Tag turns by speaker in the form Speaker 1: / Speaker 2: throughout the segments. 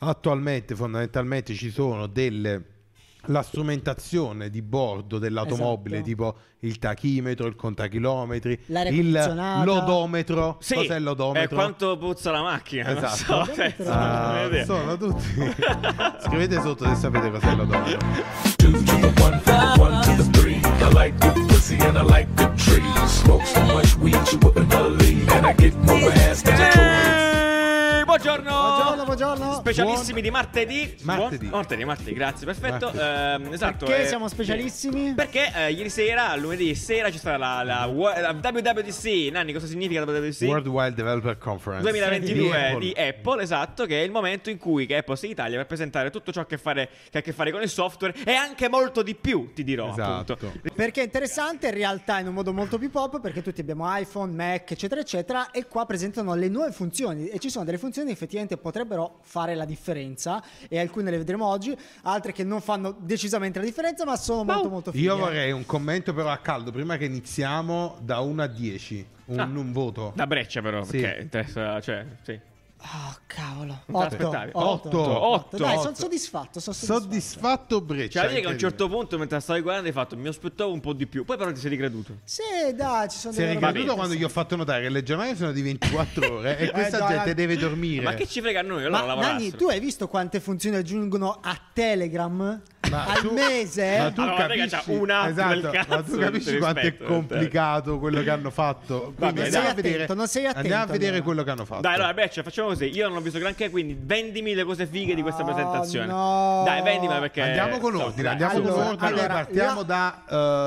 Speaker 1: attualmente fondamentalmente ci sono delle la strumentazione di bordo dell'automobile,
Speaker 2: Esatto.
Speaker 1: tipo il tachimetro, il contachilometri,
Speaker 2: L'aria
Speaker 1: il-
Speaker 2: condizionata.
Speaker 1: l'odometro.
Speaker 3: Sì,
Speaker 1: Cos'è
Speaker 3: è
Speaker 1: l'odometro?
Speaker 3: Eh, quanto puzza la macchina. non
Speaker 1: Esatto.
Speaker 3: so, cioè,
Speaker 2: Ah,
Speaker 3: non ho idea.
Speaker 1: Ah, sono tutti. Scrivete sotto se sapete cos'è l'odometro.
Speaker 4: Two to the one, one to the three. I like good pussy and I like good trees. Smoke so much weed you wouldn't believe. And I get more ass than a toy.
Speaker 3: Ehi, Buongiorno.
Speaker 2: Buongiorno, buongiorno.
Speaker 3: Specialissimi di martedì.
Speaker 1: Martedì.
Speaker 3: Buon- martedì, martedì, grazie, perfetto. Ehm, esatto.
Speaker 2: Perché
Speaker 3: eh,
Speaker 2: siamo specialissimi?
Speaker 3: Perché eh, ieri sera, lunedì sera, c'è stata la, la wo- la WWDC. Nanni, cosa significa WWDC?
Speaker 1: World Wide Developer Conference
Speaker 3: 2022
Speaker 1: Apple.
Speaker 3: di Apple, esatto, che è il momento in cui che Apple si Italia per presentare tutto ciò che, fare- che ha a che fare con il software e anche molto di più, ti dirò.
Speaker 1: Esatto.
Speaker 3: Appunto.
Speaker 2: Perché è interessante in realtà in un modo molto più pop perché tutti abbiamo iPhone, Mac eccetera eccetera e qua presentano le nuove funzioni e ci sono delle funzioni che effettivamente potrebbero fare la differenza e alcune le vedremo oggi, altre che non fanno decisamente la differenza ma sono molto molto fighe.
Speaker 1: Io vorrei un commento però a caldo prima che iniziamo da 1 a 10, un,
Speaker 3: Ah.
Speaker 1: un voto.
Speaker 3: Da Breccia, però,
Speaker 1: Sì.
Speaker 3: perché interessa, cioè, sì.
Speaker 2: Oh cavolo.
Speaker 3: Non te l'aspettavi.
Speaker 2: 8
Speaker 1: Otto.
Speaker 3: Otto.
Speaker 2: Dai, sono
Speaker 1: Otto.
Speaker 2: soddisfatto, sono soddisfatto.
Speaker 1: Soddisfatto
Speaker 3: Cioè,
Speaker 1: Breccia.
Speaker 3: la dire che a un
Speaker 1: incredibile.
Speaker 3: certo punto, mentre stavi guardando, hai fatto mi aspettavo un po' di più. Poi, però, ti sei ricreduto.
Speaker 2: Sì, dai, ci sono
Speaker 1: Si è
Speaker 2: delle robe
Speaker 1: ricaduto quando gli ho fatto notare che le giornate sono di 24 ore e
Speaker 2: Eh,
Speaker 1: questa
Speaker 2: dai.
Speaker 1: gente deve dormire.
Speaker 3: Ma che ci frega a noi? Allora,
Speaker 2: eh. Ma
Speaker 3: lavorassero.
Speaker 2: Nanni, tu hai visto quante funzioni aggiungono a Telegram
Speaker 1: Ma
Speaker 2: al
Speaker 1: tu-
Speaker 2: messe?
Speaker 1: Ma tu
Speaker 3: Allora, guarda che
Speaker 1: capisci,
Speaker 3: c'ha un'app del
Speaker 1: esatto,
Speaker 3: cazzo,
Speaker 1: ma tu
Speaker 3: tutto
Speaker 1: capisci
Speaker 3: il
Speaker 1: quanto è
Speaker 3: rispetto. eh.
Speaker 1: complicato quello che hanno fatto. Quindi
Speaker 3: bene,
Speaker 1: andiamo
Speaker 3: dai.
Speaker 1: a vedere,
Speaker 2: Non sei attento,
Speaker 1: andiamo a vedere
Speaker 2: allora.
Speaker 1: quello che hanno fatto.
Speaker 3: Dai, allora, Breccia, facciamo così. Io non ho visto granché, quindi vendimi le cose fighe di questa
Speaker 2: Oh,
Speaker 3: presentazione.
Speaker 2: no.
Speaker 3: Dai, vendimela perché.
Speaker 1: Andiamo con
Speaker 3: No,
Speaker 1: ordine,
Speaker 3: dai.
Speaker 1: andiamo
Speaker 2: Allora,
Speaker 1: con ordine.
Speaker 2: allora,
Speaker 1: partiamo
Speaker 2: la-
Speaker 1: da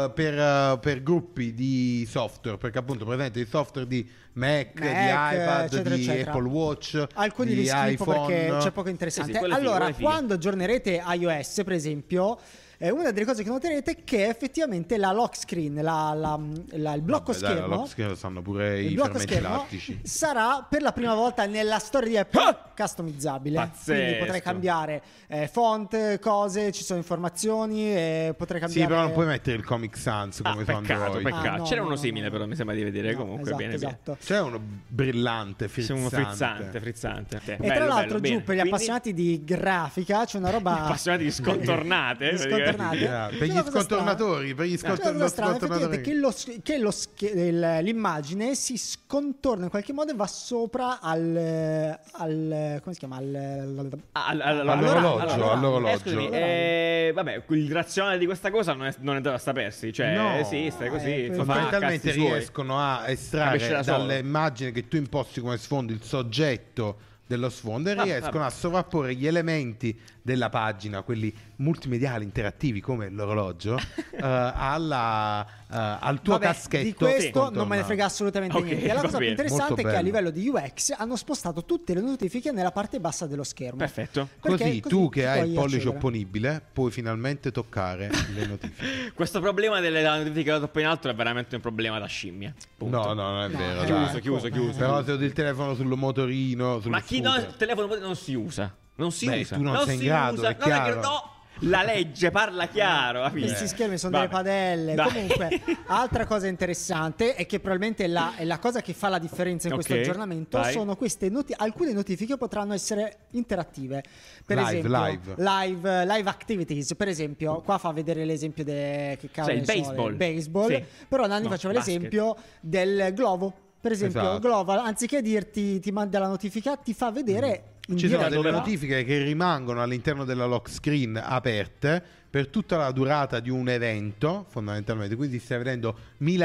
Speaker 1: eh, per, eh, per gruppi di software, perché appunto presente il software di Mac, di
Speaker 2: Mac,
Speaker 1: iPad,
Speaker 2: eccetera,
Speaker 1: di
Speaker 2: eccetera.
Speaker 1: Apple Watch,
Speaker 2: Alcuni
Speaker 1: di
Speaker 2: li schifo
Speaker 1: iPhone.
Speaker 2: perché c'è poco interessante.
Speaker 3: Sì, sì, quelle fighe,
Speaker 2: allora,
Speaker 3: quelle fighe.
Speaker 2: quando aggiornerete iOS, per esempio, eh, una delle cose che noterete è che effettivamente la lock screen, la- la- la- il blocco
Speaker 1: Vabbè, dai,
Speaker 2: schermo,
Speaker 1: la lock screen lo sanno pure
Speaker 2: il
Speaker 1: i
Speaker 2: blocco
Speaker 1: fermenti
Speaker 2: schermo
Speaker 1: lattici.
Speaker 2: sarà per la prima volta nella storia di Apple
Speaker 3: Ah!
Speaker 2: customizzabile.
Speaker 3: Pazzesco.
Speaker 2: Quindi potrai cambiare eh, font, cose, ci sono informazioni, eh, potrai
Speaker 1: Sì,
Speaker 2: cambiare
Speaker 1: però non puoi mettere il Comic Sans
Speaker 3: Ah,
Speaker 1: come su
Speaker 3: peccato,
Speaker 1: Android.
Speaker 3: peccato.
Speaker 2: Ah, no,
Speaker 3: C'era
Speaker 2: no,
Speaker 3: uno
Speaker 2: no,
Speaker 3: simile,
Speaker 2: no.
Speaker 3: però mi sembra di vedere.
Speaker 2: No,
Speaker 3: Comunque,
Speaker 2: esatto,
Speaker 3: bene, bene.
Speaker 2: esatto.
Speaker 1: C'è uno brillante, frizzante.
Speaker 3: Siamo frizzante, frizzante. E
Speaker 2: E tra l'altro, giù per gli appassionati ah, di grafica c'è una roba.
Speaker 3: appassionati di scontornate,
Speaker 2: Di scontornate.
Speaker 1: Yeah, per
Speaker 2: C'è
Speaker 1: gli
Speaker 2: una cosa
Speaker 1: scontornatori,
Speaker 2: strana.
Speaker 1: per gli
Speaker 2: C'è una
Speaker 1: scontor-
Speaker 2: cosa strana,
Speaker 1: scontornatori.
Speaker 2: effettivamente, Che, lo sch- che lo sch- il- l'immagine si scontorna in qualche modo e va sopra al. al come si chiama? Al.
Speaker 3: Ah,
Speaker 1: All'orologio, all'orologio.
Speaker 3: Eh, scusami, eh, vabbè, il razionale di questa cosa non è, non è da sapersi. Cioè,
Speaker 1: No.
Speaker 3: esiste così.
Speaker 2: Eh,
Speaker 3: fa-
Speaker 1: Fondamentalmente
Speaker 3: cazzi suoi.
Speaker 1: riescono a
Speaker 3: Capisci
Speaker 1: estrarre
Speaker 3: da solo.
Speaker 1: dalle immagini che tu imposti come sfondo il soggetto dello sfondo e
Speaker 3: Ah,
Speaker 1: riescono
Speaker 3: vabbè.
Speaker 1: a sovrapporre gli elementi della pagina, quelli multimediali interattivi come l'orologio, eh, alla, eh, al tuo
Speaker 2: Vabbè,
Speaker 1: caschetto.
Speaker 2: di questo non me ne
Speaker 1: contornato.
Speaker 2: frega assolutamente
Speaker 3: Ok,
Speaker 2: niente. E la
Speaker 3: va
Speaker 2: cosa più
Speaker 3: bene.
Speaker 2: interessante
Speaker 1: Molto
Speaker 2: è che a
Speaker 1: bello.
Speaker 2: livello di UX hanno spostato tutte le notifiche nella parte bassa dello schermo.
Speaker 3: Perfetto.
Speaker 2: Perché
Speaker 1: Così, tu che hai
Speaker 2: puoi
Speaker 1: il pollice
Speaker 2: accedere.
Speaker 1: opponibile puoi finalmente toccare le notifiche.
Speaker 3: Questo problema delle notifiche troppo in alto è veramente un problema da scimmia. Punto.
Speaker 1: No, no, non è
Speaker 2: No,
Speaker 1: vero. dai.
Speaker 2: è
Speaker 3: chiuso, chiuso, chiuso.
Speaker 1: Però se ho il telefono sul motorino, sul
Speaker 3: Ma chi no, il
Speaker 1: scooter.
Speaker 3: telefono mobile non si usa? Non si
Speaker 1: Beh,
Speaker 3: usa.
Speaker 1: tu non sei in
Speaker 3: si
Speaker 1: grado,
Speaker 3: usa.
Speaker 1: è
Speaker 3: Non che-
Speaker 1: chiaro.
Speaker 3: no, la legge parla chiaro. capito?
Speaker 2: Questi schermi sono
Speaker 3: Vabbè.
Speaker 2: delle padelle.
Speaker 3: Dai.
Speaker 2: Comunque, altra cosa interessante è che probabilmente la, è la cosa che fa la differenza in questo
Speaker 3: Ok,
Speaker 2: aggiornamento
Speaker 3: vai.
Speaker 2: sono queste noti- alcune notifiche potranno essere interattive. Per
Speaker 1: Live,
Speaker 2: esempio,
Speaker 1: live.
Speaker 2: live, live activities. Per esempio, qua fa vedere l'esempio de- che cavolo
Speaker 3: Cioè, il
Speaker 2: ne so, del
Speaker 3: baseball.
Speaker 2: baseball.
Speaker 3: Sì.
Speaker 2: Però Nanni
Speaker 3: No,
Speaker 2: faceva
Speaker 3: basket.
Speaker 2: l'esempio del globo. Per esempio,
Speaker 1: Esatto.
Speaker 2: globo, anziché dirti ti manda la notifica, ti fa vedere in
Speaker 1: Mm. Ci sono
Speaker 2: diretta.
Speaker 1: delle
Speaker 3: dove va?
Speaker 1: notifiche che rimangono all'interno della lock screen aperte per tutta la durata di un evento, fondamentalmente. Quindi stai vedendo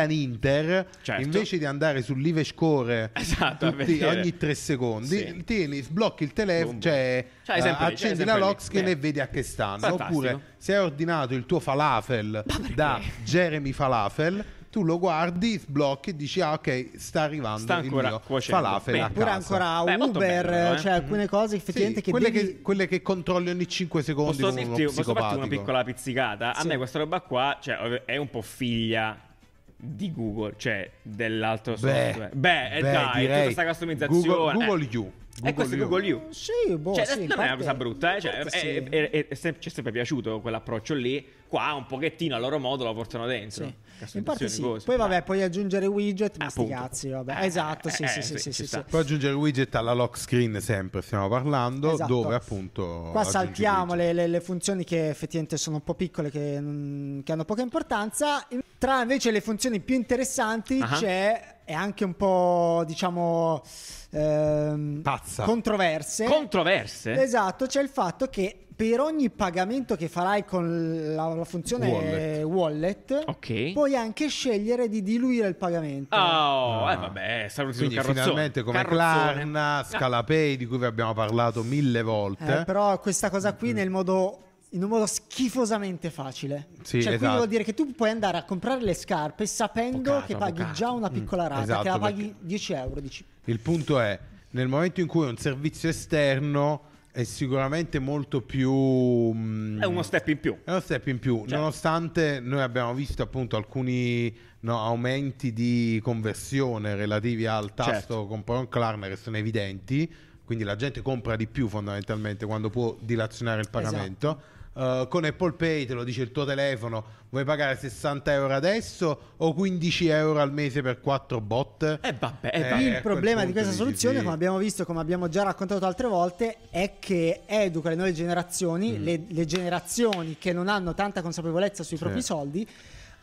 Speaker 1: Milan-Inter,
Speaker 3: Certo.
Speaker 1: invece di andare sull'Ivescore
Speaker 3: Esatto, a vedere.
Speaker 1: ogni tre secondi,
Speaker 3: Sì.
Speaker 1: tieni, sblocchi il
Speaker 3: Boom, boom.
Speaker 1: telefono, cioè,
Speaker 3: Cioè,
Speaker 1: eh,
Speaker 3: sempre lì,
Speaker 1: accendi
Speaker 3: cioè,
Speaker 1: la
Speaker 3: sempre
Speaker 1: lock
Speaker 3: lì.
Speaker 1: screen
Speaker 3: Beh.
Speaker 1: e vedi a che stanno.
Speaker 3: Fantastico.
Speaker 1: Oppure se hai ordinato il tuo falafel da Jeremy Falafel, tu lo guardi, sblocchi e dici ah ok, sta arrivando
Speaker 3: Sta
Speaker 1: il
Speaker 3: ancora
Speaker 1: mio
Speaker 3: cuocendo.
Speaker 1: falafel
Speaker 3: Bene.
Speaker 1: a
Speaker 2: Oppure
Speaker 1: casa. Mm-hmm.
Speaker 2: ancora
Speaker 3: Beh, molto
Speaker 2: Uber,
Speaker 3: bello, eh.
Speaker 2: cioè alcune cose effettivamente
Speaker 1: Sì,
Speaker 2: che
Speaker 1: quelle,
Speaker 2: devi
Speaker 1: che, quelle che controlli ogni 5 secondi
Speaker 3: Posso
Speaker 1: con uno
Speaker 3: dirti posso farti una
Speaker 1: psicopatico.
Speaker 3: piccola pizzicata? A
Speaker 2: Sì.
Speaker 3: me questa roba qua cioè, ov- è un po' figlia di Google, cioè dell'altro
Speaker 1: Beh,
Speaker 3: software. Beh, eh,
Speaker 1: beh,
Speaker 3: dai,
Speaker 1: direi
Speaker 3: tutta questa customizzazione.
Speaker 1: Google,
Speaker 3: eh.
Speaker 1: Google U
Speaker 3: e questo è
Speaker 1: U.
Speaker 3: Google U.
Speaker 2: Sì, boh,
Speaker 3: Cioè,
Speaker 2: sì, in
Speaker 3: non è una
Speaker 2: parte-
Speaker 3: cosa brutta, eh, cioè,
Speaker 2: in parte
Speaker 3: è-
Speaker 2: sì.
Speaker 3: è- è- è- è sem- ci è sempre piaciuto quell'approccio lì. Qua un pochettino a loro modo lo portano dentro.
Speaker 2: Sì.
Speaker 3: Cazzo,
Speaker 2: In parte
Speaker 3: edizioni,
Speaker 2: sì.
Speaker 3: cose.
Speaker 2: Poi
Speaker 3: Dai.
Speaker 2: vabbè, puoi aggiungere widget, ma sti
Speaker 3: Appunto.
Speaker 2: cazzi, vabbè.
Speaker 3: Eh,
Speaker 2: esatto, sì,
Speaker 3: eh,
Speaker 2: sì,
Speaker 3: eh,
Speaker 2: sì,
Speaker 3: sì,
Speaker 2: sì,
Speaker 3: ci
Speaker 2: sì,
Speaker 3: sta.
Speaker 2: sì.
Speaker 1: Puoi aggiungere il widget alla lock screen, sempre stiamo parlando,
Speaker 2: Esatto.
Speaker 1: dove appunto...
Speaker 2: Qua
Speaker 1: aggiungi
Speaker 2: saltiamo
Speaker 1: il widget.
Speaker 2: le, le- le funzioni che effettivamente sono un po' piccole, che, non- che hanno poca importanza. In- Tra invece le funzioni più interessanti
Speaker 3: Ah.
Speaker 2: c'è, e anche un po', diciamo, ehm,
Speaker 1: Pazza.
Speaker 2: controverse.
Speaker 3: Controverse?
Speaker 2: Esatto, c'è il fatto che per ogni pagamento che farai con la, la funzione
Speaker 1: Wallet.
Speaker 2: wallet,
Speaker 3: Ok.
Speaker 2: puoi anche scegliere di diluire il pagamento.
Speaker 3: Oh,
Speaker 1: Ah.
Speaker 3: eh, vabbè, sarò un
Speaker 1: Quindi
Speaker 3: carrozzone.
Speaker 1: finalmente come
Speaker 3: Carrozzone.
Speaker 1: Klarna,
Speaker 3: Ah,
Speaker 1: Scalapay, di cui vi abbiamo parlato mille volte.
Speaker 2: Eh, però questa cosa qui nel modo in un modo schifosamente facile.
Speaker 1: Sì,
Speaker 2: cioè, qui
Speaker 1: esatto.
Speaker 2: vuol dire che tu puoi andare a comprare le scarpe sapendo
Speaker 3: Avvocato,
Speaker 2: che paghi
Speaker 3: avvocato.
Speaker 2: già una piccola rata,
Speaker 1: esatto,
Speaker 2: che la paghi
Speaker 1: perché-
Speaker 2: 10 euro. Dici.
Speaker 1: Il punto è, nel momento in cui un servizio esterno è sicuramente molto più... mm,
Speaker 3: È uno step in più.
Speaker 1: È uno step in più,
Speaker 3: Cioè-
Speaker 1: nonostante noi abbiamo visto appunto alcuni no, aumenti di conversione relativi al tasto
Speaker 3: Certo.
Speaker 1: compra un Klarna che sono evidenti, quindi la gente compra di più fondamentalmente quando può dilazionare il
Speaker 3: Esatto.
Speaker 1: pagamento. Eh, con Apple Pay te lo dice il tuo telefono, vuoi pagare 60 euro adesso o 15 euro al mese per 4 bot?
Speaker 3: Eh, vabbè, eh,
Speaker 1: Eh,
Speaker 3: vabbè.
Speaker 1: a
Speaker 2: Il
Speaker 1: quel
Speaker 2: problema
Speaker 1: punto
Speaker 2: di questa
Speaker 1: dici,
Speaker 2: soluzione,
Speaker 1: sì.
Speaker 2: come abbiamo visto, come abbiamo già raccontato altre volte, è che educa le nuove generazioni, le, le generazioni che non hanno tanta consapevolezza sui propri soldi,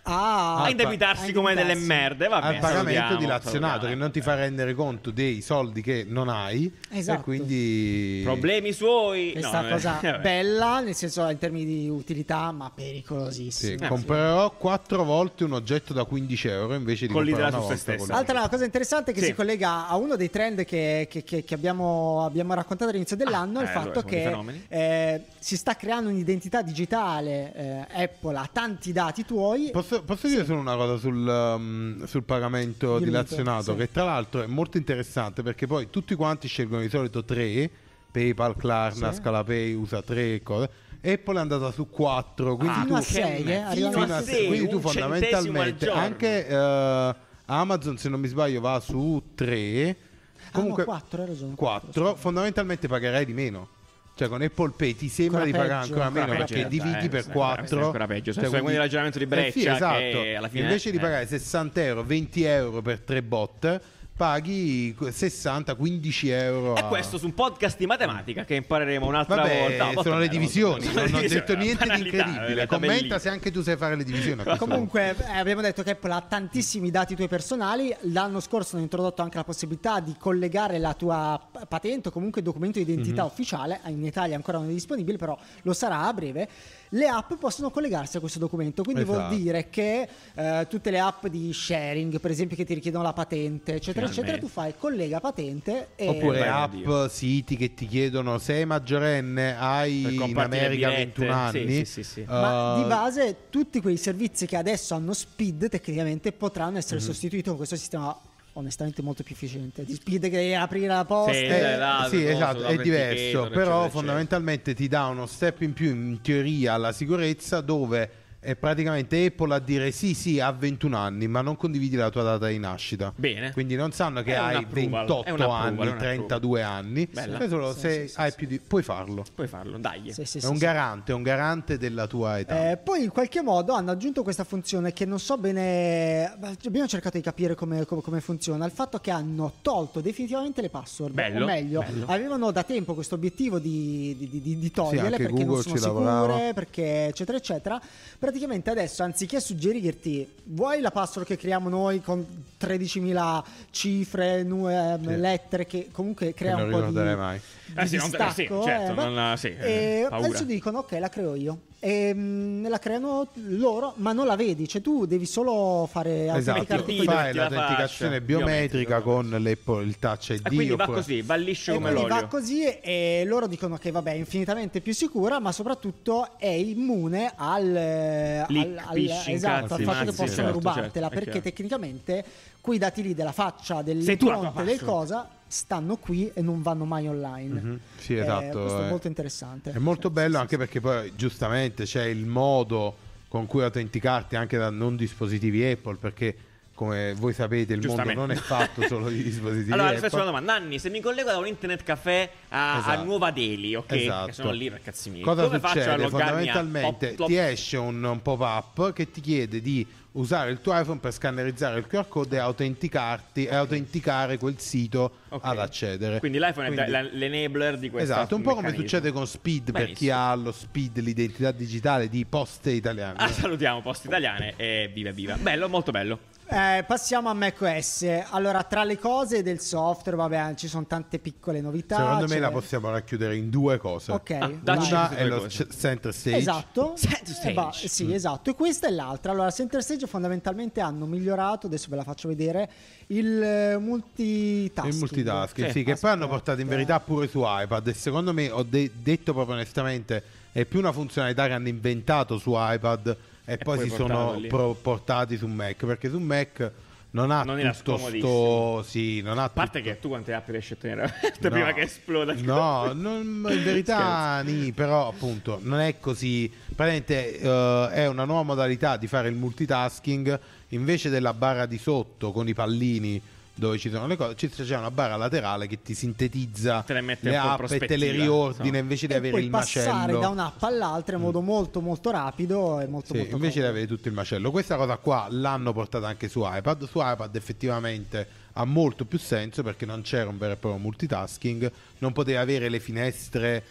Speaker 2: a,
Speaker 3: a
Speaker 1: Al-
Speaker 3: indebitarsi
Speaker 2: a
Speaker 3: come delle
Speaker 2: indebitarsi.
Speaker 3: merde, va
Speaker 1: Ah, al
Speaker 3: bene.
Speaker 1: pagamento
Speaker 3: salutiamo,
Speaker 1: dilazionato che
Speaker 3: salutiamo,
Speaker 1: non ti
Speaker 3: eh.
Speaker 1: fa rendere conto dei soldi che non hai e
Speaker 2: Esatto.
Speaker 1: quindi
Speaker 3: Problemi suoi.
Speaker 2: Questa
Speaker 3: No, eh,
Speaker 2: cosa
Speaker 3: vabbè.
Speaker 2: bella, nel senso in termini di utilità, ma
Speaker 1: Sì, Eh,
Speaker 2: pericolosissima.
Speaker 1: comprerò quattro volte un oggetto da 15 euro invece di
Speaker 3: Con
Speaker 1: comprare
Speaker 3: l'idea
Speaker 1: una
Speaker 3: su se
Speaker 1: volta
Speaker 3: stessa.
Speaker 1: con-
Speaker 2: Altra cosa interessante che
Speaker 3: Sì.
Speaker 2: si collega a uno dei trend che, che- che- che abbiamo, abbiamo raccontato all'inizio dell'anno
Speaker 3: Ah,
Speaker 2: è il
Speaker 3: eh, allora,
Speaker 2: fatto
Speaker 3: sono dei fenomeni.
Speaker 2: che eh, si sta creando un'identità digitale eh, Apple ha tanti dati tuoi
Speaker 1: Posso, posso dire solo una cosa sul, um, sul pagamento
Speaker 2: Dimmi,
Speaker 1: dilazionato?
Speaker 2: sì.
Speaker 1: Che tra l'altro è molto interessante perché poi tutti quanti scelgono di solito tre: PayPal, Klarna,
Speaker 2: Sì.
Speaker 1: Scalapay usa tre e cose. Apple è andata su quattro. Quindi
Speaker 2: Ah,
Speaker 1: tu,
Speaker 2: fino a sei, eh,
Speaker 1: fino
Speaker 2: arrivano
Speaker 1: a
Speaker 2: a
Speaker 1: sei,
Speaker 2: sei,
Speaker 1: quindi tu
Speaker 3: un centesimo al
Speaker 1: fondamentalmente
Speaker 3: giorno.
Speaker 1: anche eh, Amazon, se non mi sbaglio, va su tre. Comunque,
Speaker 2: Ah, no, quattro, hai ragione,
Speaker 1: quattro.
Speaker 2: quattro, sì.
Speaker 1: fondamentalmente pagherai di meno. Cioè, con Apple Pay ti sembra
Speaker 2: Ancora
Speaker 1: di pagare
Speaker 2: peggio,
Speaker 1: ancora
Speaker 2: ancora
Speaker 1: meno
Speaker 3: peggio,
Speaker 1: perché
Speaker 3: in realtà,
Speaker 1: dividi
Speaker 3: eh,
Speaker 1: per Cioè,
Speaker 3: questo è ancora-
Speaker 1: 4.
Speaker 3: questo è ancora peggio. Sono seguendo il ragionamento di Breccia, che alla fine-
Speaker 1: Eh, esatto. Invece di
Speaker 3: eh.
Speaker 1: pagare 60 euro, 20 euro per tre bot, paghi 60, 15 euro.
Speaker 3: E
Speaker 1: a-
Speaker 3: questo su un podcast di matematica che impareremo un'altra
Speaker 1: Vabbè,
Speaker 3: volta. No, molto
Speaker 1: sono le
Speaker 3: bello,
Speaker 1: divisioni,
Speaker 3: molto bello.
Speaker 1: non ho
Speaker 3: Divisioni,
Speaker 1: detto
Speaker 3: una
Speaker 1: niente di
Speaker 3: banalità,
Speaker 1: incredibile.
Speaker 3: una
Speaker 1: Commenta
Speaker 3: tabellina.
Speaker 1: se anche tu sai fare le divisioni. a questo
Speaker 2: Comunque eh, abbiamo detto che Apple ha tantissimi dati tuoi personali, l'anno scorso hanno introdotto anche la possibilità di collegare la tua p- patente o comunque documento di
Speaker 1: Mhm.
Speaker 2: identità ufficiale, in Italia ancora non è disponibile però lo sarà a breve, le app possono collegarsi a questo documento, quindi
Speaker 1: Esatto.
Speaker 2: vuol dire che eh, tutte le app di sharing per esempio che ti richiedono la patente eccetera
Speaker 3: Finalmente.
Speaker 2: eccetera tu fai collega patente e...
Speaker 1: Oppure
Speaker 3: Eh,
Speaker 1: app,
Speaker 3: Dio.
Speaker 1: siti che ti chiedono sei maggiorenne, hai
Speaker 3: Per
Speaker 1: in
Speaker 3: comprarti le
Speaker 1: America
Speaker 3: birrette.
Speaker 1: 21
Speaker 3: Sì,
Speaker 1: anni.
Speaker 3: sì, sì, sì.
Speaker 2: Ma
Speaker 1: eh,
Speaker 2: di base tutti quei servizi che adesso hanno speed tecnicamente potranno essere
Speaker 1: Mhm.
Speaker 2: sostituiti con questo sistema onestamente molto più efficiente di speed che devi aprire la posta.
Speaker 3: Sì,
Speaker 1: Eh,
Speaker 3: dai, dai,
Speaker 1: sì,
Speaker 3: cosa,
Speaker 1: esatto, è
Speaker 3: l'autenticator,
Speaker 1: diverso,
Speaker 3: eccetera,
Speaker 1: però
Speaker 3: eccetera.
Speaker 1: fondamentalmente ti dà uno step in più in teoria alla sicurezza dove è praticamente Apple a dire sì, sì, ha 21 anni, ma non condividi la tua data di nascita.
Speaker 3: Bene.
Speaker 1: Quindi non sanno che
Speaker 3: È un
Speaker 1: hai
Speaker 3: approval, è
Speaker 1: 28
Speaker 3: un approval, è un
Speaker 1: anni,
Speaker 3: approval.
Speaker 1: 32 anni,
Speaker 3: Bella.
Speaker 1: sai solo
Speaker 2: Sì,
Speaker 1: se
Speaker 2: sì, sì,
Speaker 1: hai
Speaker 2: sì.
Speaker 1: più di puoi farlo.
Speaker 3: Puoi farlo, dai.
Speaker 2: Sì, sì,
Speaker 1: è
Speaker 2: sì,
Speaker 1: un
Speaker 2: sì.
Speaker 1: garante, è un garante della tua età.
Speaker 2: Eh, poi in qualche modo hanno aggiunto questa funzione che non so bene, ma abbiamo cercato di capire come, come- come funziona, il fatto che hanno tolto definitivamente le password,
Speaker 3: Bello,
Speaker 2: o meglio,
Speaker 3: bello.
Speaker 2: avevano da tempo questo obiettivo di, di- di- di- di toglierle
Speaker 1: anche
Speaker 2: perché
Speaker 1: Google
Speaker 2: non sono
Speaker 1: ci
Speaker 2: sicure,
Speaker 1: lavorava.
Speaker 2: perché eccetera eccetera. Praticamente adesso anziché suggerirti vuoi la password che creiamo noi con 13.000 cifre, nu- eh,
Speaker 1: Sì.
Speaker 2: lettere che comunque crea
Speaker 1: non
Speaker 2: un po' di
Speaker 1: ricorderai mai.
Speaker 3: Eh sì, non-
Speaker 2: distacco,
Speaker 3: sì, certo,
Speaker 2: ma-
Speaker 3: non- sì, eh,
Speaker 2: e
Speaker 3: paura.
Speaker 2: adesso dicono ok la creo io e mm, la creano loro ma non la vedi cioè tu devi solo fare
Speaker 1: Esatto,
Speaker 2: autenticare tutto
Speaker 3: Ti
Speaker 2: il-
Speaker 3: dai
Speaker 1: fai
Speaker 3: la
Speaker 1: l'autenticazione
Speaker 3: faccia,
Speaker 1: biometrica
Speaker 3: biometrica.
Speaker 1: con l'Apple- il Touch ID
Speaker 3: E Ah, quindi va
Speaker 1: oppure-
Speaker 3: così, va liscio
Speaker 2: e
Speaker 3: come
Speaker 2: quindi
Speaker 3: l'olio.
Speaker 2: va così e loro dicono che vabbè è infinitamente più sicura ma soprattutto è immune al, eh,
Speaker 3: Leak,
Speaker 2: al- al-
Speaker 3: phishing,
Speaker 2: esatto, al
Speaker 1: cazzi,
Speaker 2: fatto che
Speaker 1: mazzi,
Speaker 2: possono
Speaker 1: certo,
Speaker 2: rubartela
Speaker 3: certo, è
Speaker 2: perché
Speaker 3: chiaro.
Speaker 2: tecnicamente quei dati lì della faccia,
Speaker 3: Sei
Speaker 2: delle
Speaker 3: tu la tua
Speaker 2: impronte, del
Speaker 3: password.
Speaker 2: cosa stanno qui e non vanno mai online
Speaker 1: Mhm, Sì,
Speaker 2: Eh,
Speaker 1: esatto.
Speaker 2: questo
Speaker 1: eh.
Speaker 2: è molto interessante
Speaker 1: È molto
Speaker 2: Sì,
Speaker 1: bello
Speaker 2: sì,
Speaker 1: anche perché poi giustamente c'è il modo con cui autenticarti anche da non dispositivi Apple perché come voi sapete il mondo
Speaker 3: Giustamente.
Speaker 1: non è fatto solo di dispositivi
Speaker 3: Allora,
Speaker 1: Apple.
Speaker 3: adesso faccio una domanda. Nanni, se mi collego da un internet caffè a, a
Speaker 1: eh, Esatto.
Speaker 3: Nuova Delhi, ok?
Speaker 1: Esatto.
Speaker 3: Che sono lì per cazzi miei.
Speaker 1: Cosa
Speaker 3: Come
Speaker 1: succede?
Speaker 3: faccio a loggarmi a
Speaker 1: Fondamentalmente
Speaker 3: Pop- Plop-
Speaker 1: ti esce un, un pop-up che ti chiede di usare il tuo iPhone per scannerizzare il QR code e autenticarti e autenticare quel sito
Speaker 3: Ok.
Speaker 1: ad accedere.
Speaker 3: Quindi l'iPhone è
Speaker 1: Quindi-
Speaker 3: la- l'enabler di questo
Speaker 1: Esatto, un po' come
Speaker 3: meccanismo.
Speaker 1: succede con Speed per chi
Speaker 3: Benissimo.
Speaker 1: ha lo Speed, l'identità digitale di poste italiane.
Speaker 3: Ah, salutiamo Post Italiane e viva viva. Bello, molto bello.
Speaker 2: Eh, passiamo a macOS. Allora, tra le cose del software, vabbè, ci sono tante piccole novità.
Speaker 1: Secondo me
Speaker 2: c'è-
Speaker 1: la possiamo racchiudere in due cose.
Speaker 2: Ok,
Speaker 3: Ah,
Speaker 2: vai.
Speaker 3: dacci
Speaker 1: Una
Speaker 3: queste
Speaker 1: Eh, è
Speaker 3: due
Speaker 1: lo
Speaker 3: cose.
Speaker 1: c- center stage. Mm.
Speaker 2: Esatto,
Speaker 3: Center stage.
Speaker 2: Eh, va- sì, esatto. E questa è l'altra. Allora, Center Stage fondamentalmente hanno migliorato. Adesso ve la faccio vedere. Il eh, multitasking.
Speaker 1: Il multitasking,
Speaker 3: Sì.
Speaker 1: sì, che poi hanno
Speaker 2: Aspetta.
Speaker 1: portato in verità pure su iPad. E secondo me, ho de- detto proprio onestamente, è più una funzionalità che hanno inventato su iPad e, poi,
Speaker 3: poi
Speaker 1: si
Speaker 3: portato
Speaker 1: sono
Speaker 3: lì.
Speaker 1: pro- portati su Mac. Perché su Mac non ha
Speaker 3: Non era
Speaker 1: tutto
Speaker 3: scomodissimo.
Speaker 1: sto. Sì, non ha
Speaker 3: A parte
Speaker 1: tutto-
Speaker 3: che tu quante app riesci a tenere aperta
Speaker 1: No.
Speaker 3: Certo, prima che esploda?
Speaker 1: No, non- in verità ni, però appunto non è così. Praticamente eh, è una nuova modalità di fare il multitasking invece della barra di sotto con i pallini dove ci sono le cose, ci- c'è una barra laterale che ti sintetizza
Speaker 3: Te le mette
Speaker 1: le
Speaker 3: un po' in
Speaker 1: app e te le
Speaker 3: prospettiva,
Speaker 1: riordina
Speaker 3: insomma.
Speaker 1: invece di
Speaker 2: E
Speaker 1: avere
Speaker 2: puoi
Speaker 1: il
Speaker 2: passare
Speaker 1: macello. Mm.
Speaker 2: da un'app all'altra in modo molto molto rapido e molto
Speaker 1: Sì,
Speaker 2: molto
Speaker 1: invece di
Speaker 2: comodo.
Speaker 1: avere tutto il macello. Questa cosa qua l'hanno portata anche su iPad. Su iPad effettivamente ha molto più senso perché non c'era un vero e proprio multitasking, non poteva avere le finestre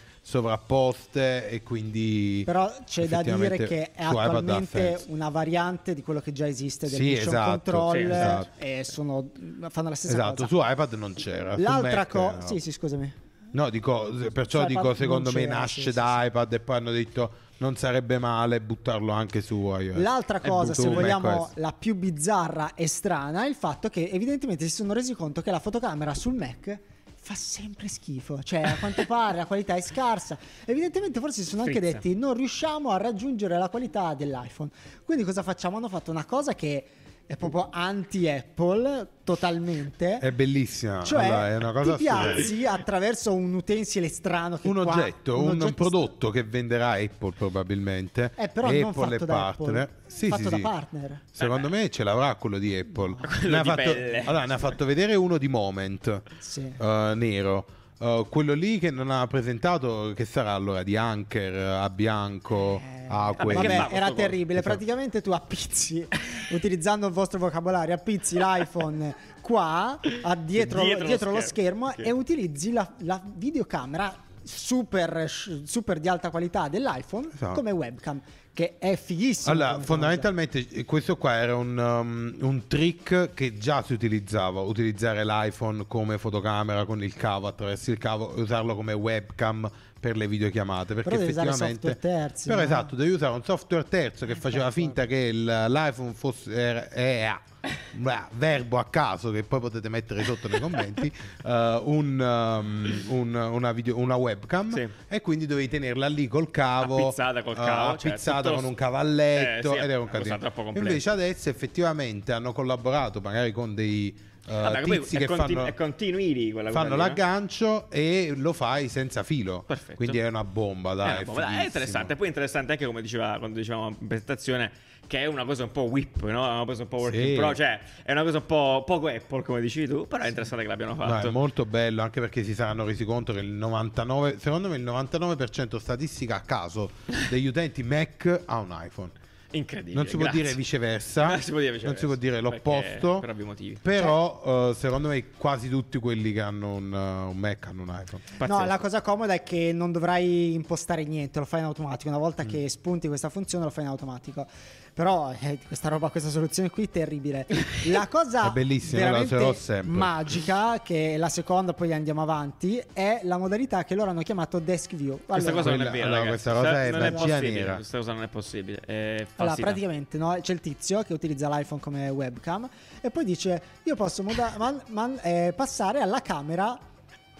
Speaker 1: sovrapposte e quindi...
Speaker 2: Però c'è da dire
Speaker 1: effettivamente
Speaker 2: che è
Speaker 1: su iPad ha
Speaker 2: attualmente
Speaker 1: senso.
Speaker 2: una variante di quello che già esiste del
Speaker 1: Sì,
Speaker 2: motion
Speaker 1: esatto,
Speaker 2: control
Speaker 3: sì,
Speaker 1: esatto.
Speaker 2: e sono, fanno la stessa
Speaker 1: Esatto,
Speaker 2: cosa.
Speaker 1: su iPad non c'era. su
Speaker 2: L'altra
Speaker 1: Mac
Speaker 2: cosa,
Speaker 1: no.
Speaker 2: sì, sì, scusami.
Speaker 1: No, dico, se- perciò
Speaker 2: Su iPad
Speaker 1: dico,
Speaker 2: non
Speaker 1: secondo me
Speaker 2: c'era,
Speaker 1: nasce
Speaker 2: sì, sì,
Speaker 1: da iPad e poi hanno detto non sarebbe male buttarlo anche su iOS.
Speaker 2: L'altra
Speaker 1: E
Speaker 2: cosa,
Speaker 1: butto
Speaker 2: se
Speaker 1: su
Speaker 2: vogliamo,
Speaker 1: macOS.
Speaker 2: la più bizzarra e strana è il fatto che evidentemente si sono resi conto che la fotocamera sul Mac fa sempre schifo, cioè a quanto pare la qualità è scarsa. Evidentemente forse si sono anche
Speaker 3: Frizza.
Speaker 2: detti non riusciamo a raggiungere la qualità dell'iPhone. Quindi cosa facciamo? Hanno fatto una cosa che è proprio anti-Apple totalmente.
Speaker 1: È bellissima,
Speaker 2: cioè,
Speaker 1: allora, è una cosa
Speaker 2: ti
Speaker 1: assurda.
Speaker 2: piazzi attraverso un utensile strano che
Speaker 1: un
Speaker 2: qua-
Speaker 1: oggetto, un,
Speaker 2: oggetto
Speaker 1: prodotto che venderà Apple probabilmente.
Speaker 2: Eh, però
Speaker 1: Apple
Speaker 2: non fatto
Speaker 1: è
Speaker 2: da Apple,
Speaker 1: partner. Sì,
Speaker 2: fatto
Speaker 1: sì,
Speaker 2: da
Speaker 1: sì.
Speaker 2: partner.
Speaker 1: Secondo me ce l'avrà quello di Apple.
Speaker 3: Quello
Speaker 1: ne ha
Speaker 3: di
Speaker 1: fatto,
Speaker 3: pelle.
Speaker 1: allora, ne ha fatto vedere uno di Moment
Speaker 2: Sì.
Speaker 1: eh, nero. Eh, quello lì che non ha presentato, che sarà allora di Anker eh, a bianco
Speaker 2: Eh,
Speaker 1: a
Speaker 3: Vabbè,
Speaker 1: Ah, quello.
Speaker 3: che fa
Speaker 2: Vabbè,
Speaker 3: questo
Speaker 2: era
Speaker 3: coso?
Speaker 2: terribile.
Speaker 1: Che fa?
Speaker 2: Praticamente tu appizzi, utilizzando il vostro vocabolario, appizzi l'iPhone qua, a dietro,
Speaker 3: Dietro lo
Speaker 2: dietro lo
Speaker 3: schermo.
Speaker 2: schermo,
Speaker 3: Sì.
Speaker 2: e utilizzi la, la videocamera super, sh- super di alta qualità dell'iPhone
Speaker 1: Esatto.
Speaker 2: come webcam, che è fighissimo.
Speaker 1: Allora,
Speaker 2: come cosa.
Speaker 1: fondamentalmente eh, questo qua era un, um, un trick che già si utilizzava, utilizzare l'iPhone come fotocamera con il cavo, attraverso il cavo, e usarlo come webcam per le videochiamate, perché
Speaker 2: Però devi usare
Speaker 1: effettivamente
Speaker 2: software terzi,
Speaker 1: Però
Speaker 2: no? Eh, certo.
Speaker 1: esatto, devi usare un software terzo che faceva
Speaker 2: d'accordo.
Speaker 1: finta che il- l'iPhone fosse era- era- bra- verbo a caso che poi potete mettere sotto nei commenti eh, un, um, un- una, video- una webcam
Speaker 3: Sì.
Speaker 1: e quindi dovevi tenerla lì col cavo
Speaker 3: Appizzata col
Speaker 1: eh,
Speaker 3: cavo, cioè,
Speaker 1: appizzata
Speaker 3: tutto-
Speaker 1: con un cavalletto
Speaker 3: Eh, sì,
Speaker 1: ed era un
Speaker 3: una cosa
Speaker 1: casino.
Speaker 3: troppo complessa.
Speaker 1: Invece adesso effettivamente hanno collaborato magari con dei eh,
Speaker 3: Vabbè, poi
Speaker 1: tizi
Speaker 3: è
Speaker 1: che
Speaker 3: conti-
Speaker 1: fanno,
Speaker 3: è continuity quella cosa
Speaker 1: fanno
Speaker 3: lì, no?
Speaker 1: l'aggancio e lo fai senza filo.
Speaker 3: Perfetto.
Speaker 1: Quindi è una bomba, dai.
Speaker 3: Eh, vabbè, dai, è
Speaker 1: fighissimo.
Speaker 3: interessante. Poi è interessante anche come diceva quando dicevamo in presentazione, che è una cosa un po' whip, no? È una cosa un po' working
Speaker 1: Sì.
Speaker 3: pro, cioè è una cosa un po' poco Apple, come dici tu. Però è interessante che l'abbiano
Speaker 1: No, è
Speaker 3: fatto.
Speaker 1: molto bello anche perché si saranno resi conto che il 99, secondo me il 99% statistica a caso degli utenti Mac ha un iPhone.
Speaker 3: Incredibile.
Speaker 1: Non si, può
Speaker 3: grazie.
Speaker 1: dire viceversa,
Speaker 3: Non si può dire
Speaker 1: non si può dire
Speaker 3: viceversa,
Speaker 1: l'opposto,
Speaker 3: perché- per ovvi motivi. Cioè
Speaker 1: però eh, secondo me quasi tutti quelli che hanno un, eh, un Mac hanno un iPhone.
Speaker 2: No,
Speaker 3: Pazzesco.
Speaker 2: la cosa comoda è che non dovrai impostare niente, lo fai in automatico. Una volta che spunti questa funzione, lo fai in automatico. Però eh, questa roba, questa soluzione qui è terribile. La cosa
Speaker 1: È bellissima,
Speaker 2: veramente
Speaker 1: la userò sempre.
Speaker 2: magica, che è la seconda, poi andiamo avanti, è la modalità che loro hanno chiamato desk view.
Speaker 3: Questa cosa non
Speaker 1: Quella-
Speaker 3: è vera,
Speaker 1: allora,
Speaker 3: ragazzi.
Speaker 1: questa
Speaker 3: Cioè,
Speaker 1: cosa è
Speaker 3: non è
Speaker 1: magia
Speaker 3: possibile.
Speaker 1: nera.
Speaker 3: Questa cosa non è possibile. Eh, È
Speaker 2: Allora,
Speaker 3: falsità.
Speaker 2: praticamente no? c'è il tizio che utilizza l'iPhone come webcam e poi dice io posso moda- man- man- eh, passare alla camera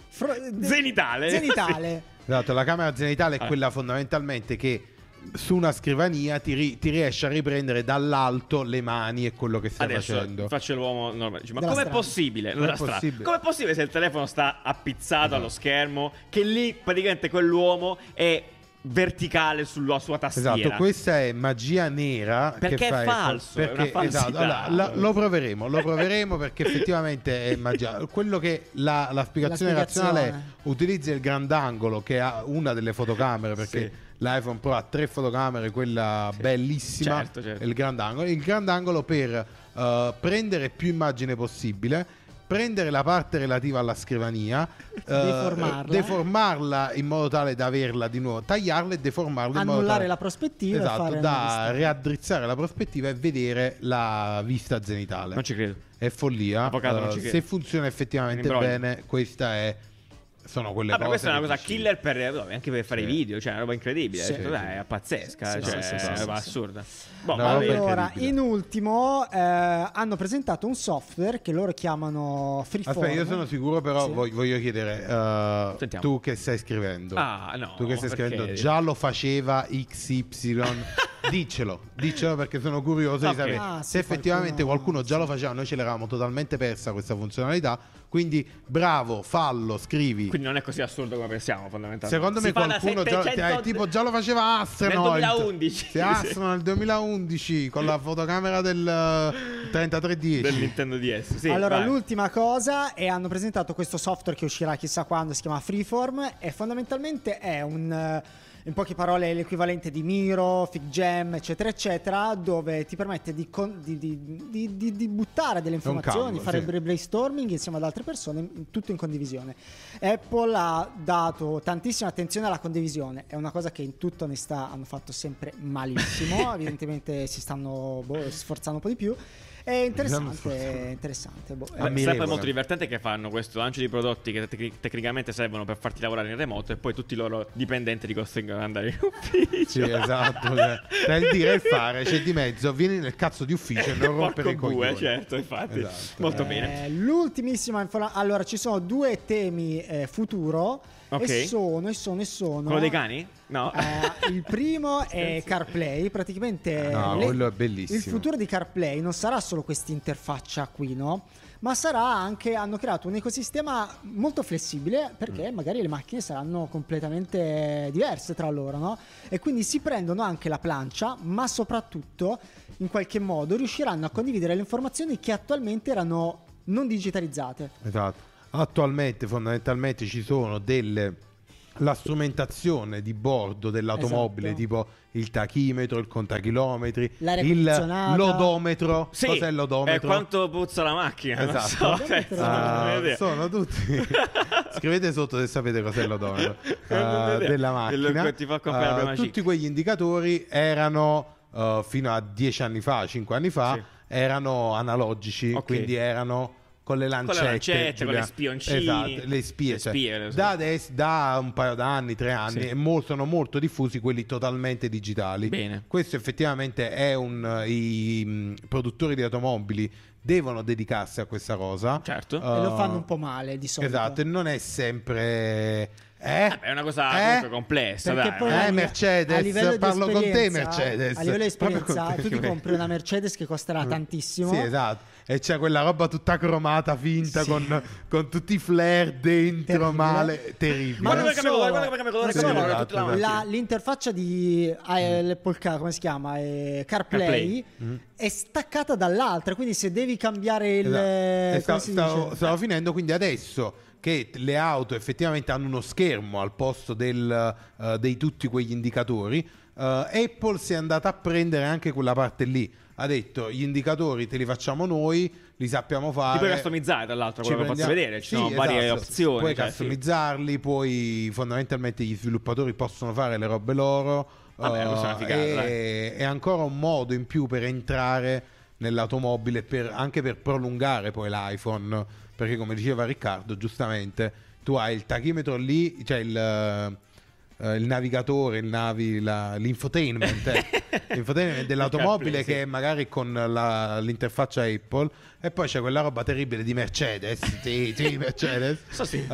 Speaker 2: fro- de-
Speaker 3: Zenitale.
Speaker 2: Zenitale.
Speaker 1: Esatto, la camera zenitale è
Speaker 3: Ah.
Speaker 1: quella fondamentalmente che su una scrivania ti, ri- ti riesce a riprendere dall'alto le mani e quello che stai
Speaker 3: Adesso
Speaker 1: facendo.
Speaker 3: faccio l'uomo normale. Dice, ma
Speaker 2: Della
Speaker 3: com'è
Speaker 2: strada.
Speaker 3: possibile?
Speaker 1: Com'è
Speaker 3: Della strada.
Speaker 1: possibile? Esatto.
Speaker 3: Com'è possibile se il telefono sta appizzato allo schermo? Che lì praticamente quell'uomo è verticale sulla sua tastiera.
Speaker 1: Esatto, questa è magia nera.
Speaker 3: Perché
Speaker 1: che
Speaker 3: è
Speaker 1: fai-
Speaker 3: falso, è
Speaker 1: Perché,
Speaker 3: una
Speaker 1: esatto,
Speaker 3: falsità.
Speaker 1: allora, la- lo proveremo, lo proveremo perché effettivamente è magia. Quello che la, la spiegazione
Speaker 2: La spiegazione.
Speaker 1: razionale è utilizzi il grandangolo che ha una delle fotocamere perché
Speaker 3: Sì.
Speaker 1: l'iPhone Pro ha tre fotocamere, quella
Speaker 3: Sì.
Speaker 1: bellissima
Speaker 3: Certo, certo.
Speaker 1: e il grandangolo. Il grandangolo per eh, prendere più immagine possibile. Prendere la parte relativa alla scrivania, eh,
Speaker 2: Deformarla.
Speaker 1: deformarla in modo tale da averla di nuovo, tagliarla e deformarla in modo
Speaker 2: Annullare
Speaker 1: tale-
Speaker 2: la prospettiva e
Speaker 1: esatto,
Speaker 2: fare una
Speaker 1: da
Speaker 2: vista.
Speaker 1: riaddrizzare la prospettiva e vedere la vista zenitale.
Speaker 3: Non ci credo.
Speaker 1: È follia.
Speaker 3: Avvocato, non
Speaker 1: Eh,
Speaker 3: ci credo.
Speaker 1: se funziona effettivamente
Speaker 3: Un imbroglio.
Speaker 1: bene, questa è. Sono quelle
Speaker 3: Ah, ma
Speaker 1: cose.
Speaker 3: questa è una
Speaker 1: che
Speaker 3: cosa
Speaker 1: dici-
Speaker 3: killer per, no, anche per fare
Speaker 1: Sì.
Speaker 3: i video, cioè è una roba incredibile,
Speaker 2: Sì.
Speaker 3: cioè, dai, è pazzesca,
Speaker 2: Sì, sì,
Speaker 3: cioè,
Speaker 2: sì,
Speaker 3: è una
Speaker 2: sì,
Speaker 3: roba
Speaker 2: sì.
Speaker 3: assurda. Boh,
Speaker 1: No,
Speaker 3: va
Speaker 1: vabbè.
Speaker 3: bene.
Speaker 2: Allora,
Speaker 1: incredibile.
Speaker 2: in ultimo, eh, hanno presentato un software che loro chiamano Freeform.
Speaker 1: Aspetta, io sono sicuro, però
Speaker 2: Sì.
Speaker 1: voglio, voglio chiedere: eh,
Speaker 3: Sentiamo.
Speaker 1: tu che stai scrivendo,
Speaker 3: Ah, no,
Speaker 1: tu che stai
Speaker 3: perché?
Speaker 1: scrivendo, già lo faceva XY. Diccelo, diccelo perché sono curioso
Speaker 3: Ok.
Speaker 1: di sapere
Speaker 2: Ah, sì,
Speaker 1: se effettivamente
Speaker 2: qualcuno-
Speaker 1: qualcuno, già lo faceva. Noi ce l'eravamo totalmente persa questa funzionalità. Quindi, bravo, fallo, scrivi.
Speaker 3: Quindi non è così assurdo come pensiamo, fondamentalmente.
Speaker 1: Secondo me
Speaker 3: Si fa da
Speaker 1: qualcuno già,
Speaker 3: 700
Speaker 1: eh, tipo già lo faceva Astronaut
Speaker 3: Nel 2011.
Speaker 1: Se Astronaut nel 2011 con la fotocamera del eh, 3310.
Speaker 3: del Nintendo DS. Sì,
Speaker 2: allora,
Speaker 3: vai.
Speaker 2: l'ultima cosa è hanno presentato questo software che uscirà chissà quando, si chiama Freeform e fondamentalmente è un eh, in poche parole è l'equivalente di Miro, FigJam, eccetera, eccetera, dove ti permette di, con- di- di- di- di- di buttare delle
Speaker 1: un
Speaker 2: informazioni,
Speaker 1: cavolo,
Speaker 2: fare
Speaker 1: sì.
Speaker 2: bra- brainstorming insieme ad altre persone, in- tutto in condivisione. Apple ha dato tantissima attenzione alla condivisione, è una cosa che in tutta onestà hanno fatto sempre malissimo, evidentemente si stanno boh, sforzando un po' di più. È interessante, interessante. boh.
Speaker 1: Ah,
Speaker 2: Eh,
Speaker 3: Beh,
Speaker 1: ammirevole.
Speaker 3: sempre molto divertente che fanno questo lancio di prodotti che tec- tecnicamente servono per farti lavorare in remoto e poi tutti i loro dipendenti li costringono ad andare in ufficio.
Speaker 1: Sì, esatto. cioè, tra il dire e il fare c'è di mezzo. Vieni nel cazzo di ufficio e non rompere i
Speaker 3: Porco bue,
Speaker 1: coglioni.
Speaker 3: certo, infatti.
Speaker 1: Esatto.
Speaker 3: Molto
Speaker 2: eh,
Speaker 3: bene.
Speaker 2: L'ultimissima informazione. Allora, ci sono due temi eh, futuro.
Speaker 3: Ok.
Speaker 2: E sono, e sono, e sono.
Speaker 3: Quello dei cani? No.
Speaker 2: Eh, il primo è
Speaker 3: Scherzo.
Speaker 2: CarPlay, praticamente
Speaker 1: Ah, No, quello è bellissimo.
Speaker 2: il futuro di CarPlay non sarà solo questa interfaccia qui, no? Ma sarà anche, hanno creato un ecosistema molto flessibile perché
Speaker 1: Mm.
Speaker 2: magari le macchine saranno completamente diverse tra loro, no? E quindi si prendono anche la plancia, ma soprattutto in qualche modo riusciranno a condividere le informazioni che attualmente erano non digitalizzate.
Speaker 1: Esatto. Attualmente fondamentalmente ci sono delle la strumentazione di bordo dell'automobile,
Speaker 2: Esatto.
Speaker 1: tipo il tachimetro, il contachilometri,
Speaker 2: L'aria
Speaker 1: il
Speaker 2: condizionata.
Speaker 1: l'odometro,
Speaker 3: Sì,
Speaker 1: cos'è
Speaker 3: eh,
Speaker 1: l'odometro?
Speaker 3: quanto puzza la macchina? non
Speaker 1: Esatto.
Speaker 3: so, cioè,
Speaker 1: Ah,
Speaker 3: non ho idea.
Speaker 1: sono tutti. Scrivete sotto se sapete cos'è l'odometro eh,
Speaker 3: Non ho idea.
Speaker 1: della
Speaker 3: Quello
Speaker 1: macchina.
Speaker 3: che ti fa comprare la
Speaker 1: Eh,
Speaker 3: prima
Speaker 1: tutti
Speaker 3: cicca.
Speaker 1: quegli indicatori erano eh, fino a dieci anni fa, cinque anni fa,
Speaker 3: Sì.
Speaker 1: erano analogici,
Speaker 3: Ok.
Speaker 1: quindi erano con le lancette,
Speaker 3: lancette, con
Speaker 1: Giulia.
Speaker 3: le spioncini.
Speaker 1: Esatto, le spie,
Speaker 3: Le
Speaker 1: cioè,
Speaker 3: spie, le-
Speaker 1: da, adesso- da un paio d'anni, tre anni,
Speaker 3: Sì.
Speaker 1: è molto- sono molto diffusi quelli totalmente digitali.
Speaker 3: Bene.
Speaker 1: Questo effettivamente è un. I mm, produttori di automobili devono dedicarsi a questa cosa.
Speaker 3: Certo.
Speaker 1: Eh,
Speaker 2: E lo fanno un po' male di solito.
Speaker 1: Esatto, e non è sempre. Eh?
Speaker 3: Vabbè, è una cosa
Speaker 1: Eh?
Speaker 3: comunque complessa,
Speaker 2: Perché
Speaker 3: dai.
Speaker 2: poi
Speaker 1: Eh,
Speaker 2: a live-
Speaker 1: Mercedes,
Speaker 2: a livello di
Speaker 1: parlo con te,
Speaker 2: esperienza-
Speaker 1: Mercedes.
Speaker 2: A livello di
Speaker 1: Proprio con
Speaker 2: esperienza,
Speaker 1: te. Mm.
Speaker 2: tu ti compri una Mercedes che costerà tantissimo.
Speaker 1: Sì, esatto. E c'è quella roba tutta cromata, finta,
Speaker 2: Sì.
Speaker 1: con, con tutti i flare dentro,
Speaker 2: Terribile.
Speaker 1: male, terribile.
Speaker 3: Ma
Speaker 2: non
Speaker 3: guarda come
Speaker 2: solo-
Speaker 3: colore, guarda come colore,
Speaker 2: non
Speaker 1: come
Speaker 2: solo,
Speaker 1: colore, tutta la
Speaker 2: la-
Speaker 3: macchina.
Speaker 2: l'interfaccia di ah, Apple Car, come si chiama? Eh, CarPlay,
Speaker 3: CarPlay.
Speaker 1: Mm.
Speaker 2: è staccata dall'altra, quindi se devi cambiare il... eh,
Speaker 1: Esatto. E sta-
Speaker 2: come si
Speaker 1: stavo,
Speaker 2: dice?
Speaker 1: stavo finendo, quindi adesso che le auto effettivamente hanno uno schermo al posto del, eh, dei tutti quegli indicatori, eh, Apple si è andata a prendere anche quella parte lì. Ha detto gli indicatori te li facciamo noi, li sappiamo fare.
Speaker 3: Li puoi customizzare, tra l'altro, quello che
Speaker 1: eh, Ci
Speaker 3: faccio
Speaker 1: prendiamo-
Speaker 3: vedere. Ci
Speaker 1: Sì,
Speaker 3: sono
Speaker 1: esatto,
Speaker 3: varie
Speaker 1: esatto.
Speaker 3: opzioni.
Speaker 1: Puoi
Speaker 3: cioè, sì.
Speaker 1: customizzarli, poi fondamentalmente gli sviluppatori possono fare le robe loro.
Speaker 3: Vabbè,
Speaker 1: eh,
Speaker 3: questa è una figata,
Speaker 1: e, è ancora un modo in più per entrare nell'automobile, per- anche per prolungare poi l'iPhone. Perché, come diceva Riccardo, giustamente tu hai il tachimetro lì, cioè il. eh, il navigatore, il navi, la- l'infotainment, eh. l'infotainment dell'automobile
Speaker 3: Il CarPlay, sì.
Speaker 1: che magari con la- l'interfaccia Apple e poi c'è quella roba terribile di Mercedes, sì, sì, Mercedes
Speaker 3: So sì,
Speaker 1: eh,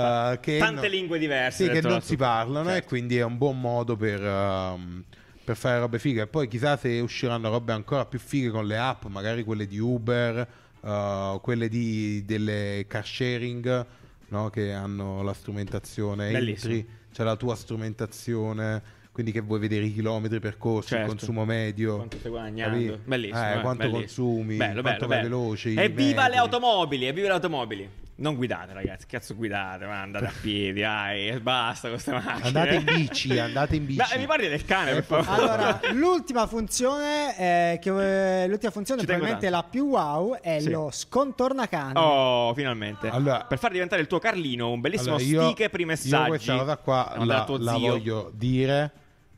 Speaker 3: tante lingue diverse,
Speaker 1: sì, che
Speaker 3: detto
Speaker 1: non
Speaker 3: da
Speaker 1: si
Speaker 3: tutti.
Speaker 1: parlano e
Speaker 3: Certo.
Speaker 1: quindi è un buon modo per, ehm, per fare robe fighe e poi chissà se usciranno robe ancora più fighe con le app, magari quelle di Uber, eh, quelle di, delle car sharing no? che hanno la strumentazione,
Speaker 3: Bellissimo.
Speaker 1: entri, c'è la tua strumentazione. quindi che vuoi vedere i chilometri percorsi,
Speaker 3: Certo.
Speaker 1: il consumo medio.
Speaker 3: Quanto stai guadagnando?
Speaker 1: Capì?
Speaker 3: Bellissimo.
Speaker 1: Eh,
Speaker 3: eh,
Speaker 1: quanto
Speaker 3: bellissimo.
Speaker 1: consumi,
Speaker 3: Bello,
Speaker 1: quanto
Speaker 3: bello,
Speaker 1: vai
Speaker 3: bello.
Speaker 1: veloce. i
Speaker 3: Evviva le
Speaker 1: metri.
Speaker 3: automobili, evviva le automobili. Non guidate, ragazzi. Cazzo, guidate, ma andate a piedi, dai, e basta con queste macchine.
Speaker 1: Andate in bici, andate in bici.
Speaker 3: Ma mi parli del cane,
Speaker 1: Eh,
Speaker 3: per favore.
Speaker 2: Allora, l'ultima funzione, eh, che, eh, l'ultima funzione
Speaker 3: Ci tengo
Speaker 2: probabilmente
Speaker 3: tanto.
Speaker 2: la più wow è
Speaker 3: Sì.
Speaker 2: lo scontornacani.
Speaker 3: Oh, finalmente.
Speaker 1: Allora-
Speaker 3: per far diventare il tuo Carlino un bellissimo
Speaker 1: Allora, io-
Speaker 3: sticker per i
Speaker 1: Io
Speaker 3: messaggi.
Speaker 1: questa cosa qua
Speaker 3: No, da
Speaker 1: la,
Speaker 3: tuo
Speaker 1: la
Speaker 3: zio.
Speaker 1: voglio dire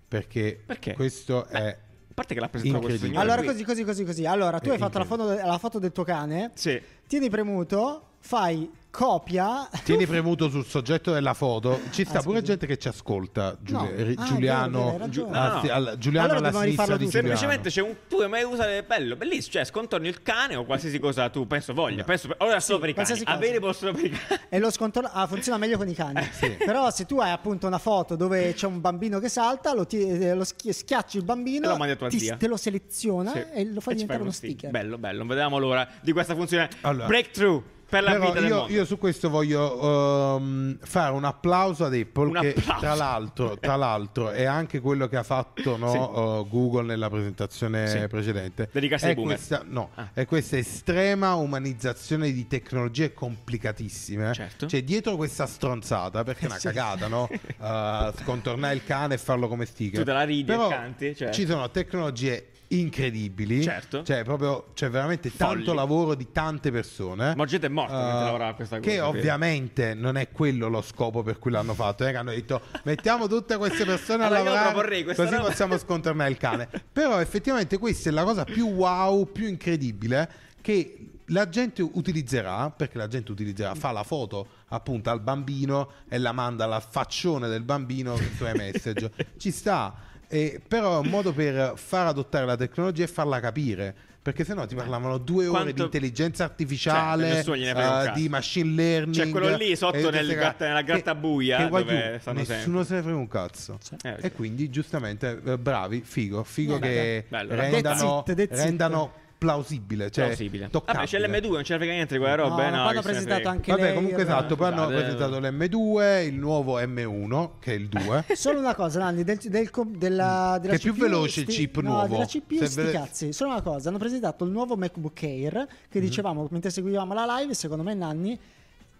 Speaker 1: perché,
Speaker 3: Perché?
Speaker 1: questo
Speaker 3: Beh,
Speaker 1: è...
Speaker 3: A parte che l'ha presentato questo
Speaker 1: Incredibile.
Speaker 3: signore.
Speaker 2: Allora,
Speaker 3: qui.
Speaker 2: così, così, così, così. Allora, tu
Speaker 1: È
Speaker 2: hai fatto la foto, la foto del tuo cane,
Speaker 3: Sì.
Speaker 2: tieni premuto, fai copia.
Speaker 1: Tieni premuto sul soggetto della foto. Ci sta
Speaker 2: Ah,
Speaker 1: pure
Speaker 2: scusi.
Speaker 1: gente che ci ascolta. Giuli-
Speaker 2: No. Ah, è vero, è
Speaker 1: Giuliano,
Speaker 2: vero, hai ragione.
Speaker 1: a-
Speaker 3: No.
Speaker 1: al- Giuliano
Speaker 2: Allora
Speaker 1: alla
Speaker 2: dobbiamo
Speaker 1: sinistra
Speaker 2: rifarlo
Speaker 1: di
Speaker 2: tutto.
Speaker 1: Giuliano.
Speaker 3: Semplicemente c'è un tu che mai usare bello, bellissimo, cioè scontorni il cane o qualsiasi cosa tu penso voglia,
Speaker 1: No.
Speaker 3: penso per- ora solo per i cani,
Speaker 2: qualsiasi cosa.
Speaker 3: available solo per i cani.
Speaker 2: E lo scontorno ah, funziona meglio con i cani.
Speaker 3: Eh,
Speaker 1: sì.
Speaker 2: Però se tu hai appunto una foto dove c'è un bambino che salta, lo, ti- eh, lo schi- schiacci il bambino,
Speaker 3: E lo mandi a tua
Speaker 2: ti-
Speaker 3: zia.
Speaker 2: te lo seleziona
Speaker 3: Sì.
Speaker 2: e lo fai
Speaker 3: ci
Speaker 2: diventare
Speaker 3: fai
Speaker 2: uno sticker.
Speaker 3: Bello, bello, non vedevamo l'ora di questa funzione
Speaker 1: Allora.
Speaker 3: breakthrough per la
Speaker 1: Però
Speaker 3: vita del
Speaker 1: io,
Speaker 3: mondo.
Speaker 1: io su questo voglio ehm, fare un applauso ad Apple
Speaker 3: Un
Speaker 1: che
Speaker 3: applauso.
Speaker 1: tra l'altro, tra l'altro è anche quello che ha fatto no,
Speaker 3: Sì.
Speaker 1: eh, Google nella presentazione
Speaker 3: Sì.
Speaker 1: precedente
Speaker 3: Dedicarsi ai
Speaker 1: è
Speaker 3: boomer.
Speaker 1: questa, no,
Speaker 3: Ah.
Speaker 1: è questa estrema umanizzazione di tecnologie complicatissime
Speaker 3: Certo.
Speaker 1: cioè dietro questa stronzata perché è una
Speaker 2: Sì.
Speaker 1: cagata no? Eh, scontornare il cane e farlo come sticker
Speaker 3: Tu te la ridi e
Speaker 1: Però
Speaker 3: canti, cioè.
Speaker 1: ci sono tecnologie incredibili
Speaker 3: Certo.
Speaker 1: cioè proprio c'è veramente tanto
Speaker 3: Folli.
Speaker 1: lavoro di tante persone
Speaker 3: Ma gente è morta mentre
Speaker 1: eh,
Speaker 3: lavorava a questa cosa.
Speaker 1: Che
Speaker 3: credo.
Speaker 1: ovviamente non è quello lo scopo per cui l'hanno fatto. eh, che hanno detto mettiamo tutte queste persone a
Speaker 3: Allora io
Speaker 1: lavorare
Speaker 3: proporrei
Speaker 1: così
Speaker 3: questa roba."
Speaker 1: possiamo scontornare il cane. Però effettivamente questa è la cosa più wow, più incredibile che la gente utilizzerà, perché la gente utilizzerà, fa la foto appunto al bambino e la manda alla faccione del bambino su message. Ci sta. E- però è un modo per far adottare la tecnologia e farla capire. Perché sennò ti parlavano due ore di
Speaker 3: Quanto-
Speaker 1: intelligenza artificiale,
Speaker 3: Cioè, nessuno gliene frega un
Speaker 1: eh,
Speaker 3: cazzo.
Speaker 1: di machine learning.
Speaker 3: C'è quello lì sotto
Speaker 1: e tutte
Speaker 3: nel
Speaker 1: ste
Speaker 3: gratta-
Speaker 1: cazzo.
Speaker 3: nella
Speaker 1: Che-
Speaker 3: grattabuia,
Speaker 1: che guai
Speaker 3: dove
Speaker 1: tu,
Speaker 3: stanno
Speaker 1: nessuno se ne frega un cazzo.
Speaker 3: Eh,
Speaker 1: E quindi, giustamente, eh, bravi, figo, figo
Speaker 2: Eh,
Speaker 1: che
Speaker 3: bello.
Speaker 1: rendano,
Speaker 2: That's it, that's it.
Speaker 1: rendano plausibile. Cioè,
Speaker 3: plausibile. Vabbè,
Speaker 1: toccabile.
Speaker 3: c'è l'M2, non c'è frega niente di quella roba, eh,
Speaker 2: no,
Speaker 3: no,
Speaker 2: poi l'ha
Speaker 3: che se ne
Speaker 2: presentato
Speaker 3: frega.
Speaker 2: anche
Speaker 1: Vabbè,
Speaker 2: lei.
Speaker 1: comunque
Speaker 2: era-
Speaker 1: esatto, poi hanno
Speaker 3: Scusate.
Speaker 1: presentato l'M2, il nuovo M1, che è il 2.
Speaker 3: Eh.
Speaker 2: Solo una cosa, Nanni, del, del com- della, della
Speaker 1: Che è più
Speaker 2: CPU
Speaker 1: veloce il chip
Speaker 2: no,
Speaker 1: nuovo.
Speaker 2: della CPU
Speaker 1: Se
Speaker 2: sti
Speaker 1: ve-
Speaker 2: cazzi. Solo una cosa, hanno presentato il nuovo MacBook Air che
Speaker 1: Mm-hmm.
Speaker 2: dicevamo mentre seguivamo la live, secondo me Nanni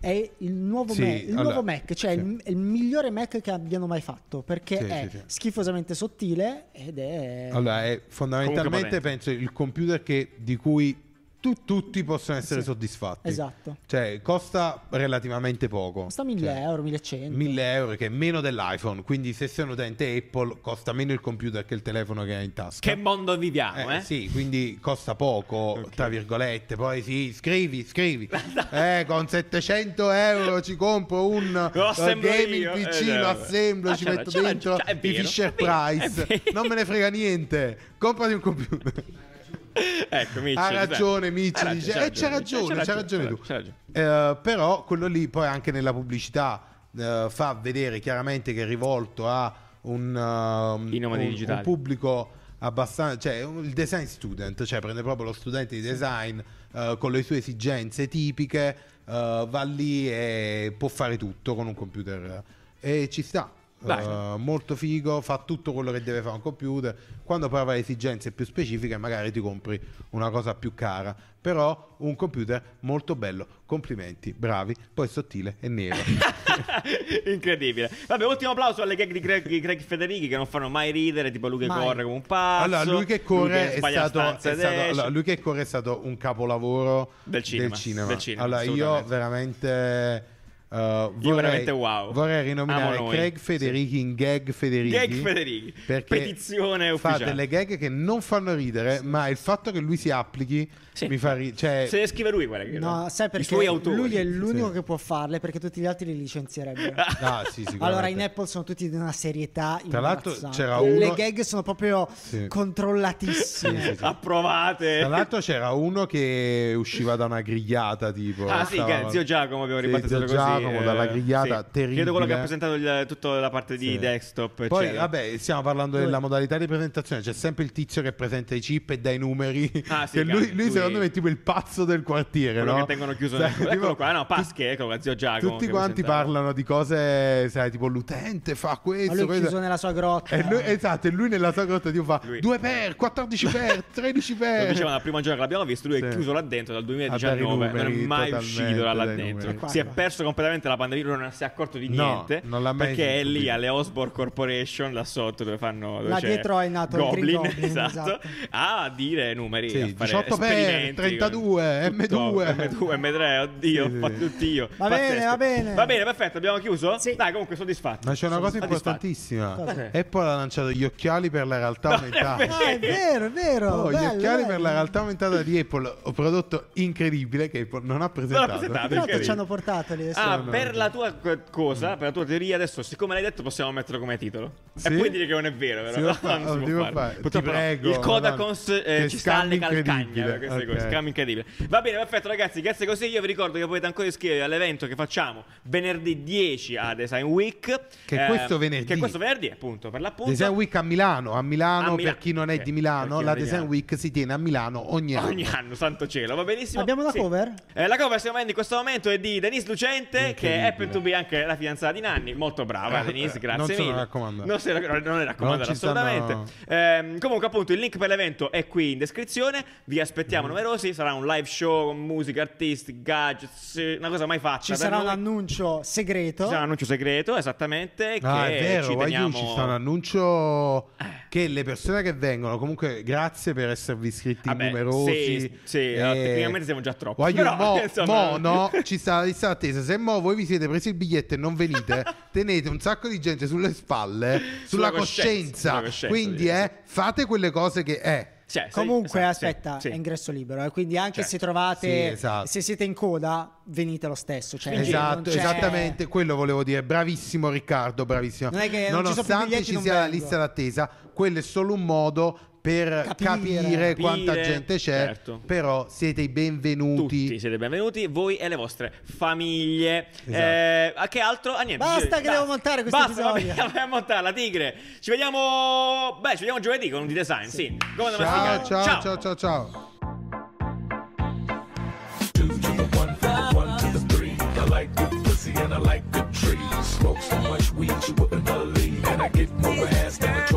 Speaker 2: è il nuovo,
Speaker 1: Sì,
Speaker 2: Ma- il
Speaker 1: allora,
Speaker 2: nuovo Mac, cioè
Speaker 1: sì.
Speaker 2: il, il migliore Mac che abbiano mai fatto perché
Speaker 1: Sì,
Speaker 2: è
Speaker 1: sì, sì.
Speaker 2: schifosamente sottile ed è
Speaker 1: Allora, è fondamentalmente
Speaker 3: Comunque
Speaker 1: penso il computer che- di cui tu- tutti possono essere
Speaker 2: Sì.
Speaker 1: soddisfatti.
Speaker 2: esatto.
Speaker 1: Cioè, costa relativamente poco.
Speaker 2: Costa 1000
Speaker 1: Cioè,
Speaker 2: euro, 1100.
Speaker 1: 1000 euro che è meno dell'iPhone. Quindi, se sei un utente Apple, costa meno il computer che il telefono che hai in tasca.
Speaker 3: Che mondo viviamo,
Speaker 1: Eh,
Speaker 3: eh?
Speaker 1: Sì, quindi costa poco, tra virgolette. Poi sì, scrivi, scrivi. eh, con 700 euro ci compro un
Speaker 3: Lo
Speaker 1: eh,
Speaker 3: assemblo
Speaker 1: gaming
Speaker 3: io.
Speaker 1: PC,
Speaker 3: Eh,
Speaker 1: lo
Speaker 3: vabbè.
Speaker 1: assemblo,
Speaker 3: Ah,
Speaker 1: ci
Speaker 3: c'è la-
Speaker 1: metto
Speaker 3: c'è la-
Speaker 1: dentro
Speaker 3: c'è- è
Speaker 1: i
Speaker 3: vero,
Speaker 1: Fisher
Speaker 3: è vero, è
Speaker 1: Price.
Speaker 3: vero.
Speaker 1: Non me ne frega niente. Comprati un computer.
Speaker 3: Ecco, Mici.
Speaker 1: Ha
Speaker 3: dai.
Speaker 1: ragione Mici,
Speaker 3: Hai
Speaker 1: dice,
Speaker 3: ragione,
Speaker 1: eh, c'ha ragione, c'ha ragione tu.
Speaker 3: c'ha ragione.
Speaker 1: Eh, però quello lì poi anche nella pubblicità eh, fa vedere chiaramente che è rivolto a un, ehm,
Speaker 3: I nomadi
Speaker 1: un-
Speaker 3: digitali.
Speaker 1: un pubblico abbastanza, cioè un- il design student, cioè prende proprio lo studente di design eh, con le sue esigenze tipiche, eh, va lì e può fare tutto con un computer e ci sta.
Speaker 3: Vai.
Speaker 1: Eh, molto figo, fa tutto quello che deve fare un computer. Quando poi avrai esigenze più specifiche, magari ti compri una cosa più cara. Però un computer molto bello. Complimenti, bravi. Poi sottile e nero.
Speaker 3: Incredibile. Vabbè, ultimo applauso alle gag di Greg, di Greg Federici che non fanno mai ridere, tipo lui che
Speaker 2: Mai.
Speaker 3: corre come un pazzo.
Speaker 1: Allora, lui che corre è
Speaker 3: sbaglia la
Speaker 1: stato,
Speaker 3: stanza
Speaker 1: è
Speaker 3: ed
Speaker 1: stato-
Speaker 3: esce.
Speaker 1: allora, lui che corre è stato un capolavoro
Speaker 3: Del cinema, del cinema,
Speaker 1: allora, io
Speaker 3: assolutamente.
Speaker 1: veramente. eh, vorrei,
Speaker 3: veramente wow.
Speaker 1: vorrei rinominare
Speaker 3: Amo noi.
Speaker 1: Craig Federici in Gag Federici
Speaker 3: Gag Federighi.
Speaker 1: perché
Speaker 3: Petizione
Speaker 1: fa
Speaker 3: ufficiale.
Speaker 1: delle gag che non fanno ridere ma il fatto che lui si applichi
Speaker 3: Sì.
Speaker 1: mi fa ridere cioè,
Speaker 3: Se ne scrive lui quella che
Speaker 2: No, sai
Speaker 3: I
Speaker 2: perché
Speaker 3: suoi autori.
Speaker 2: lui è l'unico
Speaker 1: Sì.
Speaker 2: che può farle perché tutti gli altri li licenzierebbero.
Speaker 1: ah, sì, sicuramente.
Speaker 2: Allora, in Apple sono tutti di una serietà
Speaker 1: Tra l'altro
Speaker 2: imbarazzante.
Speaker 1: c'era uno-
Speaker 2: Le gag sono proprio
Speaker 1: Sì.
Speaker 2: controllatissime.
Speaker 1: Sì, sì, sì.
Speaker 3: Approvate.
Speaker 1: Tra l'altro c'era uno che usciva da una grigliata tipo.
Speaker 3: Ah, sì, che è zio Giacomo, abbiamo
Speaker 1: Sì,
Speaker 3: ribattezzato
Speaker 1: zio
Speaker 3: così, eh,
Speaker 1: Giacomo, dalla grigliata terribile.
Speaker 3: Credo quello che ha presentato il- tutta la parte di
Speaker 1: Sì.
Speaker 3: desktop.
Speaker 1: Poi,
Speaker 3: eccetera.
Speaker 1: vabbè, stiamo parlando della modalità di presentazione. C'è sempre il tizio che presenta i chip e dà i numeri.
Speaker 3: Ah, sì,
Speaker 1: Che lui,
Speaker 3: cazzo,
Speaker 1: lui,
Speaker 3: lui-
Speaker 1: secondo me, è tipo il pazzo del quartiere.
Speaker 3: Quello
Speaker 1: no?
Speaker 3: che tengono chiuso
Speaker 1: Sai,
Speaker 3: nel-
Speaker 1: tipo,
Speaker 3: eccolo qua, no,
Speaker 1: tu-
Speaker 3: Paschi, ecco qua, zio Giacomo
Speaker 1: Tutti
Speaker 3: che
Speaker 1: quanti
Speaker 3: presentava.
Speaker 1: parlano di cose, sai, tipo l'utente fa questo.
Speaker 2: Ma lui è
Speaker 1: questo.
Speaker 2: chiuso nella sua grotta.
Speaker 1: E lui- esatto, e lui nella sua grotta tipo fa
Speaker 3: Lui-
Speaker 1: 2 per, 14 per, 13
Speaker 3: Lo
Speaker 1: per.
Speaker 3: dicevano al primo giorno che l'abbiamo visto, lui è
Speaker 1: Eh. Sì.
Speaker 3: chiuso là dentro dal
Speaker 1: A
Speaker 3: 2019,
Speaker 1: dare i numeri,
Speaker 3: non è mai uscito da là
Speaker 1: totalmente, dai
Speaker 3: dentro.
Speaker 1: numeri.
Speaker 3: Si è perso completamente la pandemia, lui non si è accorto di
Speaker 1: No,
Speaker 3: niente.
Speaker 1: non l'ha mai
Speaker 3: perché è
Speaker 1: sentito.
Speaker 3: lì alle Osborne Corporation, là sotto dove fanno... Dove
Speaker 2: Là
Speaker 3: c'è
Speaker 2: dietro è nato il
Speaker 3: Goblin,
Speaker 2: Green Goblin,
Speaker 3: esatto,
Speaker 2: esatto.
Speaker 3: a dire numeri,
Speaker 1: Sì,
Speaker 3: a fare
Speaker 1: 18 per,
Speaker 3: esperimenti,
Speaker 1: 32,
Speaker 3: con tutto,
Speaker 1: M2.
Speaker 3: M2, M3, oddio,
Speaker 1: Sì,
Speaker 3: ho
Speaker 1: sì.
Speaker 3: fatto tutto io.
Speaker 2: Va bene,
Speaker 3: Pazzesco.
Speaker 2: va bene.
Speaker 3: Va bene, perfetto, abbiamo chiuso?
Speaker 2: Sì.
Speaker 3: Dai, comunque soddisfatto.
Speaker 1: Ma c'è una
Speaker 3: Sono
Speaker 1: cosa
Speaker 3: soddisfatto.
Speaker 1: importantissima.
Speaker 2: Cosa?
Speaker 1: Apple ha lanciato gli occhiali per la realtà
Speaker 3: No,
Speaker 1: aumentata.
Speaker 3: è vero.
Speaker 2: Ah, è vero, è vero.
Speaker 1: Oh, gli
Speaker 2: bello,
Speaker 1: occhiali
Speaker 2: bello.
Speaker 1: per la realtà aumentata di Apple, un prodotto incredibile che Apple non ha presentato.
Speaker 3: presentato.
Speaker 2: Però
Speaker 3: Ah, Perché
Speaker 2: te ci
Speaker 3: vedi?
Speaker 2: hanno portato lì. adesso.
Speaker 3: Ah,
Speaker 1: Strano.
Speaker 3: per la tua co- cosa, per la tua teoria, adesso, siccome l'hai detto, possiamo metterlo come titolo.
Speaker 1: Mm. Sì?
Speaker 3: E puoi dire che non è vero,
Speaker 1: Si
Speaker 3: però.
Speaker 1: può
Speaker 3: No,
Speaker 1: fare,
Speaker 3: non si
Speaker 1: oh,
Speaker 3: può
Speaker 1: devo
Speaker 3: fare.
Speaker 1: fare. Ti
Speaker 3: Purtroppo no.
Speaker 1: prego,
Speaker 3: Il Codacons
Speaker 1: madonna.
Speaker 3: eh,
Speaker 1: Che
Speaker 3: ci sta alle
Speaker 1: scam
Speaker 3: calcagna
Speaker 1: incredibile,
Speaker 3: per queste cose.
Speaker 1: ok.
Speaker 3: Scam incredibile. Va bene, perfetto, ragazzi. Grazie così. Io vi ricordo che potete ancora iscrivervi all'evento che facciamo venerdì 10 a Design Week. Ehm,
Speaker 1: Che questo venerdì.
Speaker 3: Che questo venerdì, appunto, per l'appunto.
Speaker 1: Design Week a Milano, a Milano,
Speaker 3: A Mila-
Speaker 1: per chi non è
Speaker 3: ok,
Speaker 1: di
Speaker 3: per
Speaker 1: Milano,
Speaker 3: chi non
Speaker 1: la
Speaker 3: è di
Speaker 1: Design
Speaker 3: Milano.
Speaker 1: Week si tiene a Milano ogni anno.
Speaker 3: Ogni anno, santo cielo, va benissimo.
Speaker 2: Abbiamo la cover?
Speaker 3: Eh, la cover stiamo vedendo in questo momento è di Denise Lucente, che
Speaker 1: Incredibile.
Speaker 3: happen to be anche la fidanzata di Nanni. Molto brava,
Speaker 1: Eh,
Speaker 3: Denise,
Speaker 1: eh,
Speaker 3: grazie
Speaker 1: non se la
Speaker 3: mille.
Speaker 1: raccomanda.
Speaker 3: Non, se la- non le raccomando
Speaker 1: Non ci
Speaker 3: assolutamente. Ehm, comunque, appunto, il link per l'evento è qui in descrizione. Vi aspettiamo
Speaker 1: Mhm.
Speaker 3: numerosi. Sarà un live show con musica, artisti, gadgets, eh, una cosa mai fatta.
Speaker 2: Ci
Speaker 3: da
Speaker 2: sarà
Speaker 3: noi.
Speaker 2: un annuncio segreto.
Speaker 3: Ci sarà un annuncio segreto, esattamente.
Speaker 1: Ah,
Speaker 3: che
Speaker 1: è vero,
Speaker 3: ci
Speaker 1: Why You,
Speaker 3: teniamo. Eh.
Speaker 1: ci sta un annuncio che le persone che vengono, comunque grazie per esservi iscritti
Speaker 3: Vabbè,
Speaker 1: numerosi.
Speaker 3: sì, sì, allora, tecnicamente siamo già troppi,
Speaker 1: Why You,
Speaker 3: però,
Speaker 1: mo,
Speaker 3: insomma-
Speaker 1: mo no, ci sta la lista d'attesa. Se mo voi vi siete presi il biglietto e non venite, tenete un sacco di gente sulle spalle, sulla,
Speaker 3: Sulla coscienza,
Speaker 1: coscienza.
Speaker 3: sulla coscienza,
Speaker 1: Quindi
Speaker 3: direi,
Speaker 1: eh, fate quelle cose che eh, è.
Speaker 3: Cioè, sei-
Speaker 2: Comunque,
Speaker 3: esatto, sì,
Speaker 2: aspetta,
Speaker 3: sì.
Speaker 2: è ingresso libero. eh, Quindi, anche
Speaker 3: Certo.
Speaker 2: se trovate,
Speaker 1: Sì, esatto.
Speaker 2: se siete in coda, venite lo stesso. Cioè,
Speaker 3: Quindi
Speaker 2: non
Speaker 1: Esatto,
Speaker 2: c'è-
Speaker 1: esattamente, quello volevo dire. Bravissimo Riccardo, bravissimo.
Speaker 2: Non è che non ci sono più
Speaker 1: Nonostante
Speaker 2: biglietti,
Speaker 1: ci
Speaker 2: non
Speaker 1: sia la
Speaker 2: vengo.
Speaker 1: lista d'attesa, quello è solo un modo per
Speaker 2: Capire.
Speaker 1: capire,
Speaker 2: Capire,
Speaker 1: quanta gente c'è,
Speaker 3: certo.
Speaker 1: però siete i benvenuti.
Speaker 3: Tutti siete benvenuti, voi e le vostre famiglie.
Speaker 1: Esatto.
Speaker 3: Eh, a che altro? Ah, niente,
Speaker 2: Basta che devo montare questo
Speaker 3: Basta, va
Speaker 2: episodio.
Speaker 3: bene, vai a montare la tigre. Ci vediamo. Beh, ci vediamo giovedì con un di design. Sì. Come andiamo a
Speaker 1: Ciao, ciao,
Speaker 3: sticare?
Speaker 1: ciao, ciao, ciao.
Speaker 4: Two to the one, from the one to the three. I like good pussy and I like good trees. Smoke so much weed you wouldn't believe. And I get more ass than a